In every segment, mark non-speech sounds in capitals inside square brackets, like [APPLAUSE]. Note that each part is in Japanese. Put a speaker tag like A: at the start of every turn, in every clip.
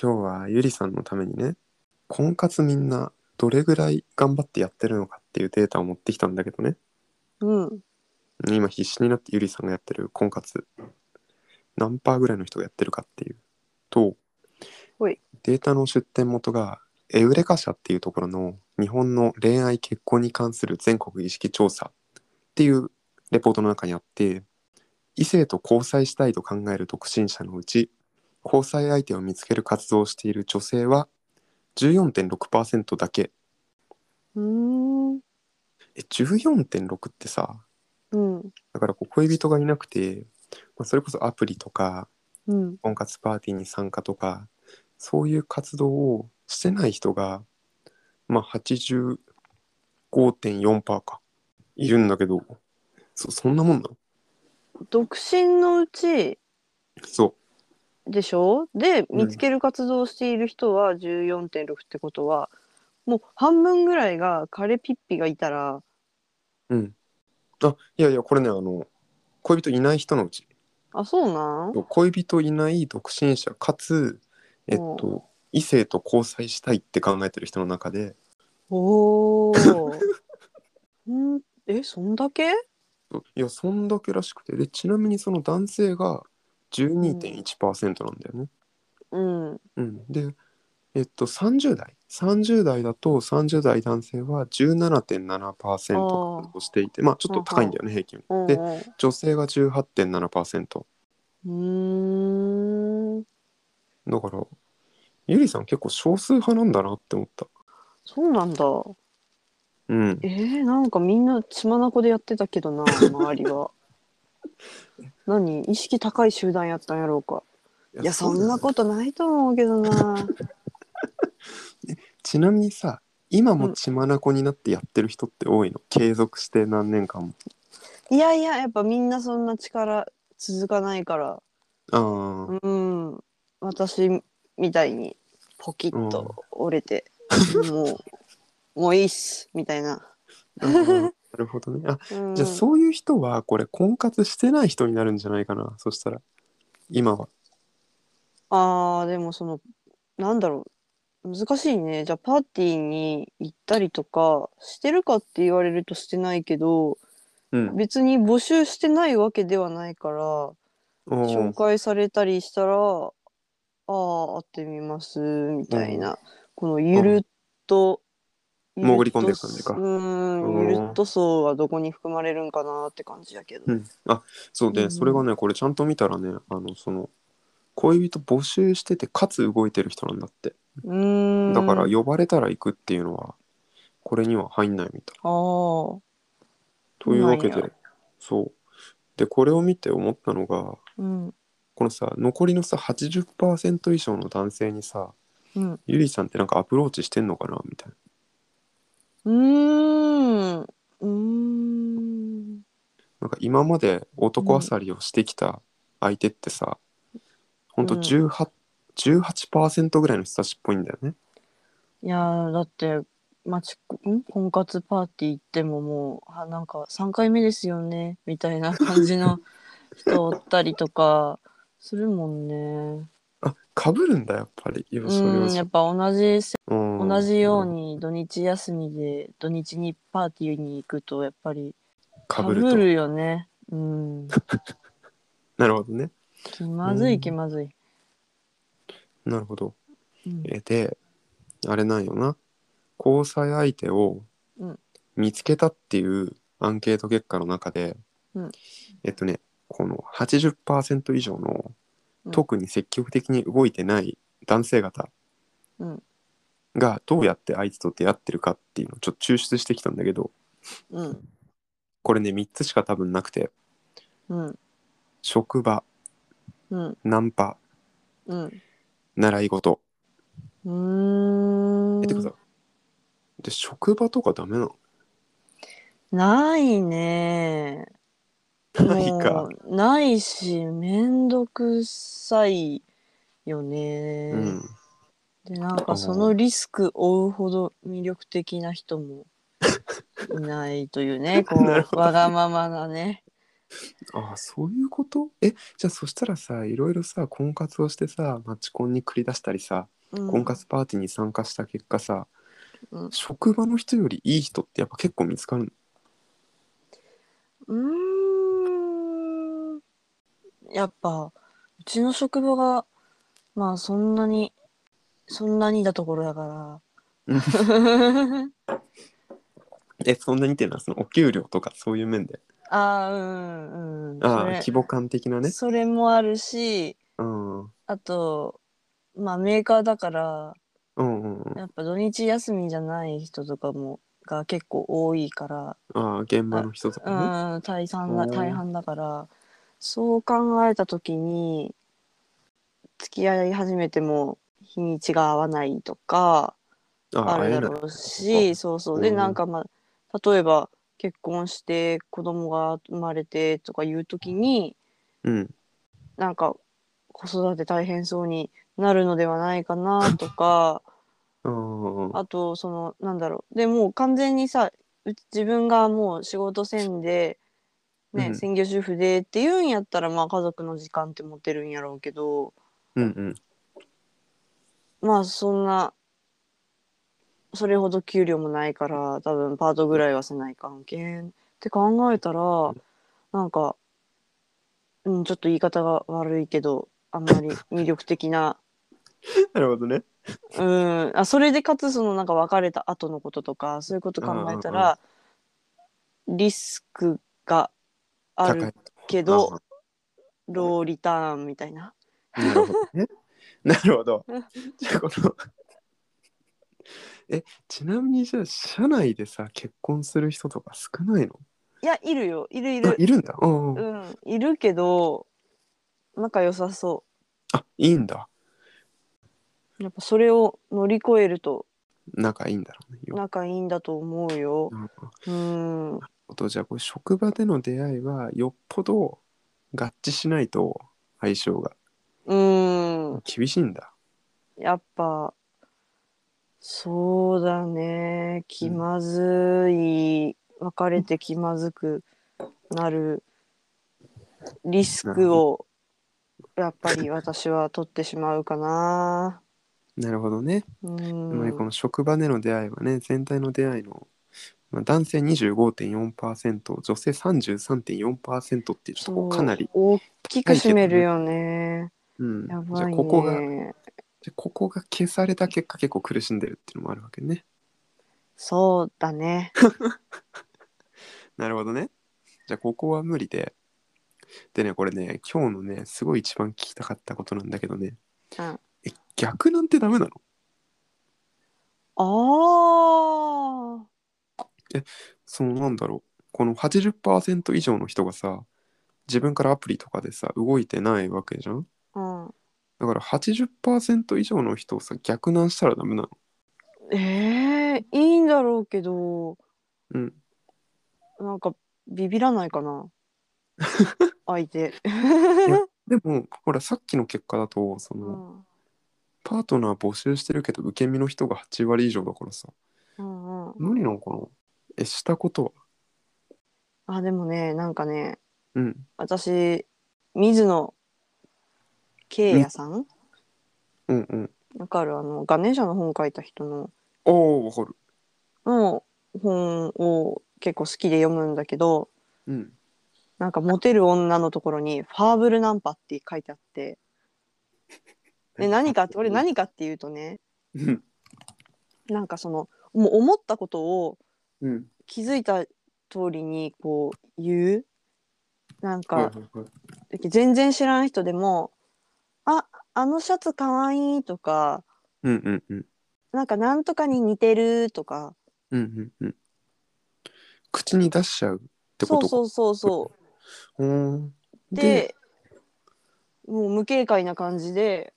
A: 今日はゆりさんのためにね婚活みんなどれぐらい頑張ってやってるのかっていうデータを持ってきたんだけどね
B: うん。
A: 今必死になってゆりさんがやってる婚活何パーぐらいの人がやってるかっていうと
B: ほい
A: データの出典元がエウレカ社っていうところの日本の恋愛結婚に関する全国意識調査っていうレポートの中にあって異性と交際したいと考える独身者のうち交際相手を見つける活動をしている女性は14.6%だけ
B: うーん。
A: え14.6ってさ
B: うん。
A: だからこう恋人がいなくて、まあ、それこそアプリとか
B: うん。
A: 婚活パーティーに参加とかそういう活動をしてない人が、まあ、85.4%かいるんだけどそそんなもんなの
B: 独身のうち
A: そ
B: でしょで
A: うん
B: 見つける活動をしている人は14.6ってことは、もう半分ぐらいが彼ピッピがいたら
A: ううんあいやいやこれねあの恋人いない人のうち
B: あそうなん
A: 恋人いない独身者かつえっと異性と交際したいって考えてる人の中で
B: おーんえそんだけ
A: そういやそんだけらしくてでちなみにその男性が12.1%なんだよね。
B: うん
A: うん、でえっと30代30代だと30代男性は17.7%としていてまあちょっと高いんだよね平均よ
B: うん
A: り
B: う
A: で女性が18.7%
B: んうーん
A: だからゆりさん結構少数派なんだなって思った
B: そうなんだ
A: うん
B: えー、なんかみんな血眼でやってたけどな周りは何意識高い集団やったんやろうかいやそんな
A: と
B: ことないと思うけ
A: [LAUGHS]
B: どな
A: ちなみにさ今も血眼になってやってる人って多いの、継続して何年間も
B: いやいややっぱみんなそんな力続かないから
A: ああ
B: うん私みたいにポキッと折れて、
A: [LAUGHS]
B: もうもういいっすみたいな、
A: あーなるほどねあ
B: うん、
A: じゃあそういう人はこれ婚活してない人になるんじゃないかなそしたら今は
B: あーでもそのなんだろう難しいねじゃあパーティーに行ったりとかしてるかって言われるとしてないけど
A: うん
B: 別に募集してないわけではないから紹介されたりしたらああ会ってみますみたいな、このゆるっと、
A: ん
B: ゆる
A: 潜り
B: っと
A: 込んでいく感じか
B: うーんゆるっと層はどこに含まれるんかなって感じやけど、
A: うん、あそうで、
B: うん
A: それがねこれちゃんと見たらねあのその恋人募集しててかつ動いてる人なんだって
B: うーん
A: だから
B: あ
A: 呼ばれたら行くっていうのはこれには入んないみたい
B: あー
A: というわけ
B: なんや
A: でそうでこれを見て思ったのが
B: うん
A: このさ残りのさ80%以上の男性にさ
B: うん
A: ゆりさんってなんかアプローチしてんのかなみたいう
B: ーん。うーん。
A: ななんか今まで男あさりをしてきた相手ってさ、ほんと18 18%ぐらいの人たちっぽいんだよね
B: いやー、だって、まち、ん婚活パーティー行ってももう、あ、なんか3回目ですよね、みたいな感じの人おったりとか、するもんね。
A: あ、かぶるんだ、やっぱり。よし
B: うん、やっぱ同じせ、
A: 同
B: 同じよう。に土日休みで、土日にパーティーに行くと、やっぱり、
A: かぶ
B: ぶ
A: ると。
B: るよね。うん。
A: なるほどね。
B: 気まず
A: う
B: い、
A: ん
B: 気まずい。
A: なるほど。
B: うん。
A: えで、あれなんよな。交際相手を
B: うん
A: 見つけたっていうアンケート結果の中で、
B: うん
A: えっとね、この80%以上の
B: うん
A: 特に積極的に動いてない男性方
B: うん
A: がどうやってあいつと出会ってるかっていうのをちょっと抽出してきたんだけど、
B: うん。
A: これね、3つしか多分なくて、
B: うん。
A: 職場、
B: うん。
A: ナンパ、
B: うん。
A: 習い事、
B: うーん
A: え、てかさ、で、職場とかダメなの
B: ないね。
A: ないか
B: も。うないし、めんどくさいよね。
A: うん。
B: で、なんかそのリスクを負うほど魅
A: [LAUGHS]
B: 力的な人もいないというね、こ
A: なる
B: う、わがままなね、
A: ああそういうことえじゃあそしたらさいろいろさ婚活をしてさマチコンに繰り出したりさ
B: うん
A: 婚活パーティーに参加した結果さ、
B: うん
A: 職場の人よりいい人ってやっぱ結構見つかるの
B: うーんやっぱうちの職場がまあそんなにそんなにだところだから
A: うん
B: [LAUGHS]
A: えそんなにっていうのはそのお給料とかそういう面で
B: ああうんうん
A: ああ
B: そ
A: 規模感的な
B: れ
A: ね
B: それもあるし
A: うんうん
B: あとまあメーカーだから
A: うんうん
B: やっぱ土日休みじゃない人とかもが結構多いから
A: ああ現場の人とかね
B: うん大半だ
A: うん
B: 大半だからそう考えた時に付き合い始めても日にちが合わないとか
A: ああ
B: ある
A: 会え
B: だ
A: ない
B: ろうしそうそうで
A: うん
B: なんかまあ例えば結婚して子供が生まれてとかいう時に
A: うん
B: なんか子育て大変そうになるのではないかな
A: [LAUGHS]
B: とか
A: うん
B: あとそのなんだろうでもう完全にさう自分がもう仕事せんで、ね
A: うん
B: 専業主婦でっていうんやったらまあ家族の時間って持てるんやろうけど
A: うんうん
B: まあそんなそれほど給料もないから多分パートぐらいはせない関係って考えたらなんか、うん、ちょっと言い方が悪いけどあんまり魅力的な。
A: なるほどね
B: うんあそれでかつそのなんか別れた後のこととかそういうこと考えたらリスクがあ
A: 高
B: る
A: い
B: け
A: あ
B: ど
A: あ
B: ローリターンみたいな。
A: なるほど
B: [LAUGHS]
A: ね。なるほど
B: うん。
A: じゃあこのえちなみにじゃあ社内でさ結婚する人とか少ないの
B: いやいるよいるい
A: あ
B: る、
A: いるんだ。うんう、
B: うんん、いるけど仲良さそ
A: あいいんだ。
B: うやっぱそれを乗り越えると
A: 仲いいんだろうね。よ
B: 仲いいんだと思うよ。
A: なるほ
B: うん
A: どじゃあこれ職場での出会いはよっぽど合致しないと相性が
B: うん
A: 厳しいんだ。
B: やっぱそうだね気まずい、別れて気まずくなるリスクをやっぱり私は取ってしまうかな。
A: なるほどね。
B: う
A: でもね
B: ん
A: この職場での出会いはね全体の出会いの、まあ、男性25.4%女性33.4%っていうちょっとこうかなり。
B: そう大きく占めるよね。
A: うん、
B: やばい
A: じゃ
B: ね。
A: あここがじゃあここが消された結果結構苦しんでるっていうのもあるわけね。
B: そうだね。
A: なるほどね。じゃあここは無理で。でねこれね今日のねすごい一番聞きたかったことなんだけどね
B: うん
A: え逆なんてダメなの
B: ああ。
A: そのなんだろうこの80%以上の人がさ自分からアプリとかでさ動いてないわけじゃん
B: うん。
A: だから80%以上の人をさ逆難したらダメなの。
B: ええいいんだろうけど。
A: うん、
B: なんかビビらないか [LAUGHS] な相手、
A: でもほらさっきの結果だとそうの、
B: ん
A: パートナー募集してるけど受け身の人が8割以上だからさ
B: うんうん、
A: 無理なのかなえしたことは
B: あでもねなんかね
A: うん
B: 私水野圭也さん
A: うんうん
B: わかるあのガネーシャの本書いた人の
A: ああわかる
B: の本を結構好きで読むんだけど
A: うん
B: なんかモテる女のところに「ファーブルナンパ」って書いてあってで何かって俺何かっていうとね
A: うん
B: なんかそのもう思ったことを
A: うん
B: 気づいた通りにこう言うなん
A: はい
B: か
A: はいはい
B: 全然知らん人でも「ああのシャツかわいい」とか
A: うんうんうん
B: 「なんかなんとかに似てる」とか
A: うんうんうん口に出しちゃうってこ
B: そ
A: と
B: うそううそうそう
A: ーん
B: うでもう無警戒な感じで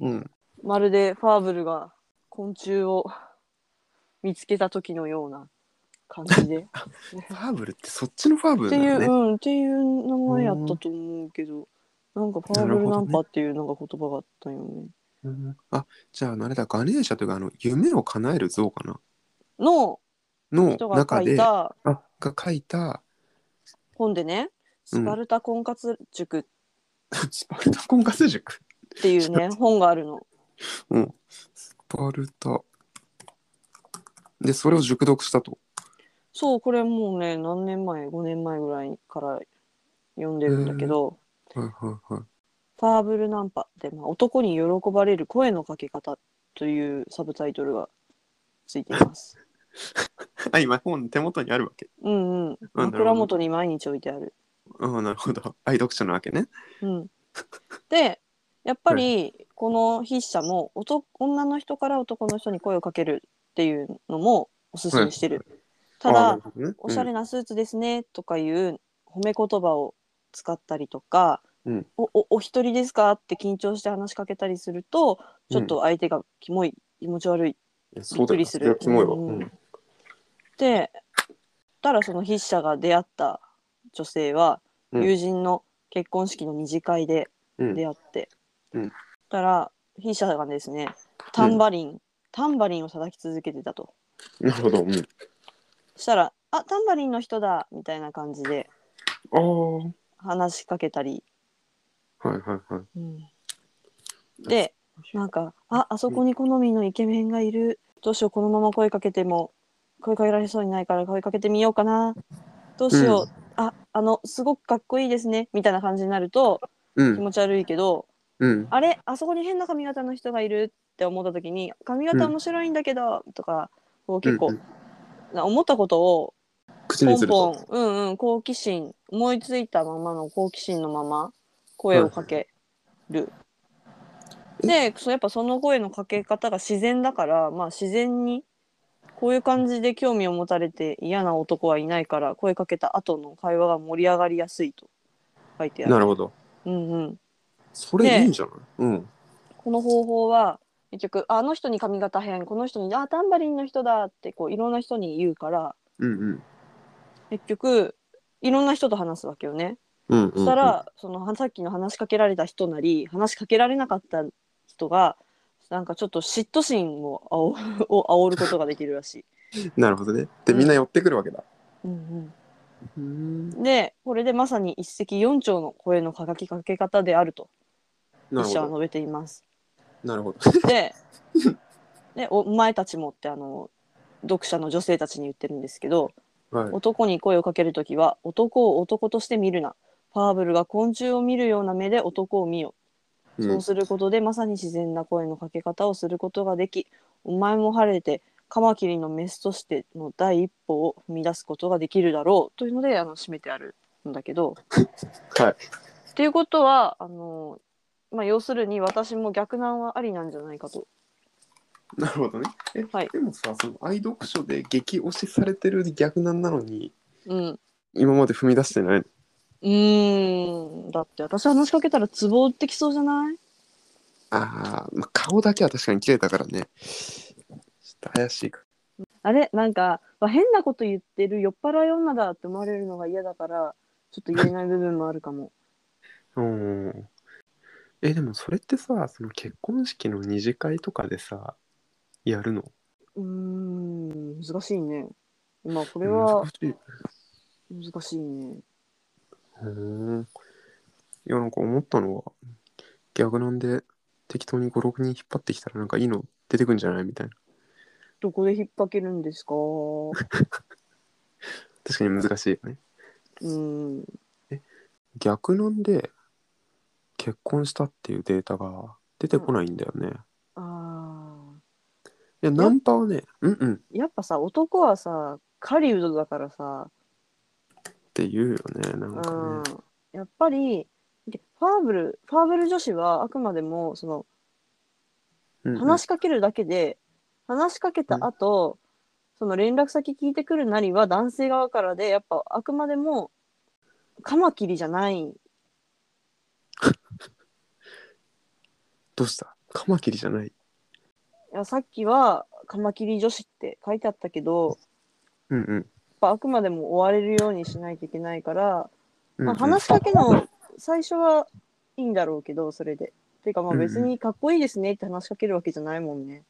A: うん
B: まるでファーブルが昆虫を見つけた時のような感じで
A: ファーブルってそっちの [LAUGHS] ファーブル
B: って
A: だ
B: いう、
A: よ
B: う
A: ね
B: んっていう名前やったと思うけどなんかファーブルナンパっていうなんか言葉があったよね。
A: うんあじゃああれだガネーシャというかあの夢を叶える像かな
B: の
A: の
B: 人が
A: 中
B: 書い
A: で
B: た
A: あが書いた [LAUGHS]
B: 本でねスパルタ婚活塾
A: スパルタ婚活塾
B: っていうね、本があるの。
A: うん。スパルタ。で、それを熟読したと。
B: そう、これもうね、何年前、5年前ぐらいから読んでるんだけど、
A: はいはいはい。
B: ファーブルナンパで、まあ、男に喜ばれる声のかけ方というサブタイトルがついています。 [LAUGHS]
A: あ、今本手元にあるわけ。
B: うんうん。
A: ほど
B: 枕元に毎日置いてある。
A: うん、なるほど。愛読者なわけね。
B: [LAUGHS] うん。で、やっぱりこの筆者も男女の人から男の人に声をかけるっていうのもおすすめしてる。た
A: あーな
B: だ
A: る、ほどね
B: おしゃれなスーツですねとかいう褒め言葉を使ったりとか、
A: うん
B: おおお一人ですかって緊張して話しかけたりするとちょっと相手がキモい、気持ち悪い
A: うん
B: びっくりする。
A: そうだよね
B: うん
A: いやキモいわうん
B: でたらその筆者が出会った女性は、
A: うん
B: 友人の結婚式の二次会で
A: うん
B: 出会って、
A: うん
B: たら筆者がですねタンバリン、タンバリンを叩き続けてたと
A: なるほど。うん
B: そしたら「あタンバリンの人だ」みたいな感じで
A: あー
B: 話しかけたり、
A: はいはいはい。
B: でなんか「ああそこに好みのイケメンがいるどうしようこのまま声かけても声かけられそうにないから声かけてみようかなどうしよう、ああのすごくかっこいいですね」みたいな感じになると
A: う
B: 気
A: ん。
B: 持ち悪いけど
A: うん
B: 「あれあそこに変な髪型の人がいる」って思った時に「髪型面白いんだけど」とかこう結構、
A: うん
B: な思ったことを
A: 口
B: ポ
A: にする
B: ン
A: と。
B: ポンうんうん好奇心思いついたままの好奇心のまま声をかける、でそうやっぱその声のかけ方が自然だからまあ自然にこういう感じで興味を持たれて嫌な男はいないから声かけた後の会話が盛り上がりやすいと書いてある
A: なるほど。
B: うんうん、
A: それいいんじゃないうん。
B: この方法は結局ああの人に髪型変この人にあタンバリンの人だってこういろんな人に言うから
A: うんうん。
B: 結局いろんな人と話すわけよね。
A: うんうん。
B: そしたら、そのはさっきの話しかけられた人なり話しかけられなかった人がなんかちょっと嫉妬心を [LAUGHS] あおを煽ることができるら
A: [LAUGHS]
B: しい。
A: なるほどね。で、みんな寄ってくるわけだ。
B: うん
A: うん。
B: うん、でこれでまさに一石四鳥の声の書きかけ方であると
A: な
B: 筆
A: るほ
B: 者は
A: ど。
B: 述べています。
A: なるほど。
B: ででおお前たちも」ってあの読者の女性たちに言ってるんですけど
A: はい。
B: 男に声をかけるときは男を男として見るな。ファーブルが昆虫を見るような目で男を見よ
A: う
B: そ
A: ん
B: うすることでまさに自然な声のかけ方をすることができお前も晴れてカマキリのメスとしての第一歩を踏み出すことができるだろうというのであの締めてあるんだけど。
A: [LAUGHS] はい
B: っていうことはあの、まあ、要するに私も逆難はありなんじゃないかと。
A: なるほどね。え、
B: はい
A: でもさ、その愛読書で激推しされてる逆なんなのに、
B: うん、
A: 今まで踏み出してないの
B: うーんだって私話しかけたらツボ打ってきそうじゃない
A: ああ、まあ、顔だけは確かに綺麗だからね。ちょっと怪しいか。
B: あれなんか、わ変なこと言ってる酔っ払い女だって思われるのが嫌だからちょっと言えない部分もあるかも。
A: うん。え、でもそれってさ、その結婚式の二次会とかでさ、やるの
B: うーん、難しいね。まあ、これは
A: 難しい。
B: 難しいね。
A: うん。いや、なんか思ったのは、逆なんで適当に5、6人引っ張ってきたらなんかいいの出てくんじゃないみたいな。
B: どこで引っ掛けるん [LAUGHS] ですかう
A: 確かに難しいよね。
B: ーん。
A: 逆なんで結婚したっていうデータが出てこないんだよね。い
B: あ
A: やナンパはね、うんうんっ
B: ーやっぱさ、男はさ、狩人だからさ、
A: て言うよね、な
B: うんん
A: か。
B: やっぱり、でファーブル、ファーブル女子はあくまでも、その、
A: ね。
B: 話しかけるだけで、話しかけた後、その連絡先聞いてくるなりは男性側からで、やっぱあくまでも、カマキリじゃない
A: どうしたカマキリじゃない。
B: いやさっきはカマキリ女子って書いてあったけどや
A: う
B: っ
A: んうん。
B: ぱあくまでも追われるようにしないといけないから、
A: うんうん
B: まあ、話しかけの最初はいいんだろうけどそれで。ていうかまあ
A: うんうん
B: 別にかっこいいですねって話しかけるわけじゃないもんね。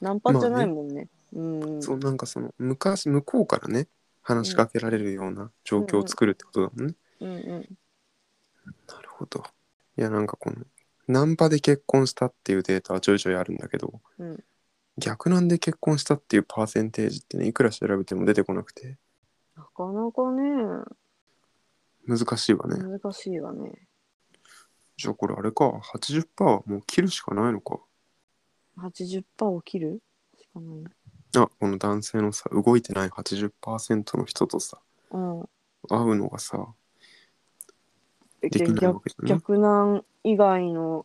B: ナンパじゃないもんね。うん
A: そうなんかその昔向こうからね話しかけられるような状況を作るってことだもんね。
B: うんうん
A: なるほど。いや、なんかこの、ナンパで結婚したっていうデータはちょいちょいあるんだけど、
B: うん
A: 逆なんで結婚したっていうパーセンテージってね、いくら調べても出てこなくて、
B: なかなかね
A: 難しいわね。
B: 難しいわね
A: じゃあこれあれか、80%はもう切るしかないのか。
B: 80%を切るしかない
A: あ、この男性のさ、動いてない80%の人とさ、
B: うん
A: 会うのがさ、
B: え
A: できないわ
B: 逆
A: けじゃね。
B: 逆難以外の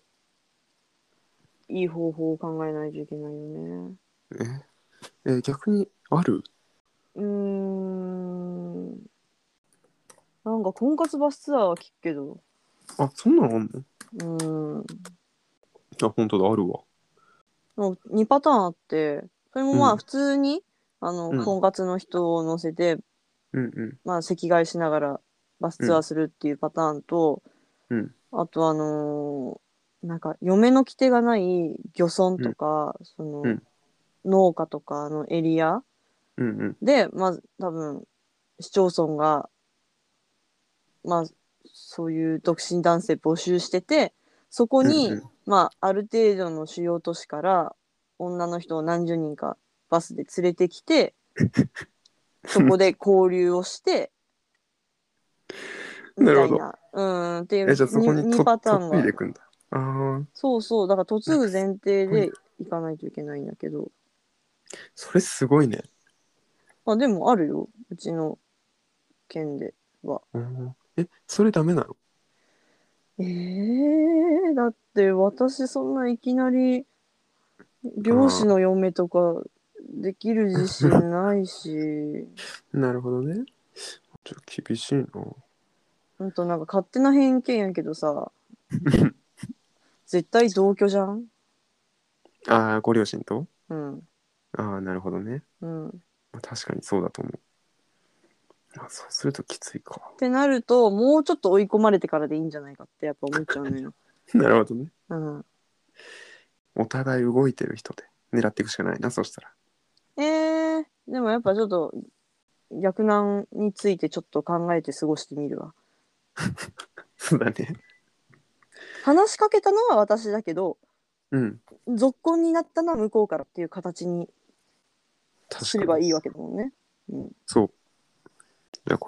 B: いい方法を考えないといけないよね
A: え、え逆にある
B: うーんなんか婚活バスツアーは聞くけど
A: あ、そんなのあんの
B: うーん
A: あ、本当だ、あるわ。
B: の2パターンあってそれもま
A: う
B: あ
A: ん
B: 普通に、あ
A: うん
B: の婚活の人を乗せて、
A: うんうん。
B: まあ、席替えしながらバスツアーするっていうパターンと、
A: うん
B: あとあのーなんか嫁の来手がない漁村とか、その
A: うん
B: 農家とかのエリア
A: うんうん。
B: でまず多分市町村がまあそういう独身男性募集しててそこに、
A: うんうん
B: まあある程度の主要都市から女の人を何十人かバスで連れて
A: [LAUGHS]
B: きてそこで交流をしてみ
A: な
B: た
A: る
B: い
A: ほど
B: なうんっていう
A: え、じゃあそこに
B: に
A: と
B: にパ
A: っ
B: ター
A: とっ
B: ン
A: ついで
B: が
A: いくんだ。ああ、
B: そうそうだから嫁ぐ前提
A: う
B: で
A: ん
B: 行かないといけないんだけど
A: それすごいね。
B: まあでもあるようちの県で。
A: うんえ、それダメなの
B: えー、だって私そんないきなり漁師の嫁とかできる自信ないし、
A: なるほどね。ちょっと厳しいな。
B: ほんとなんか勝手な偏見やけどさ、絶対同居じゃん
A: ああ、ご両親と
B: うん、
A: ああ、なるほどね。
B: うん。っ
A: まあ、確かにそうだと思う。あそうするときつい [LAUGHS] か。
B: てなると、もうちょっと追い込まれてからでいいんじゃないかってやっぱ思っちゃうのよ。
A: なるほどね。
B: うん。
A: お互い動いてる人で狙っていくしかないな、そしたら。
B: えー、でもやっぱちょっと逆難についてちょっと考えて過ごしてみるわ。
A: そう [LAUGHS] だね。
B: 話しかけたのは私だけど、
A: うん。
B: 続婚になったのは向こうからっていう形に
A: 確かに
B: すればいいわけだもんね。
A: そう。じゃあ、これ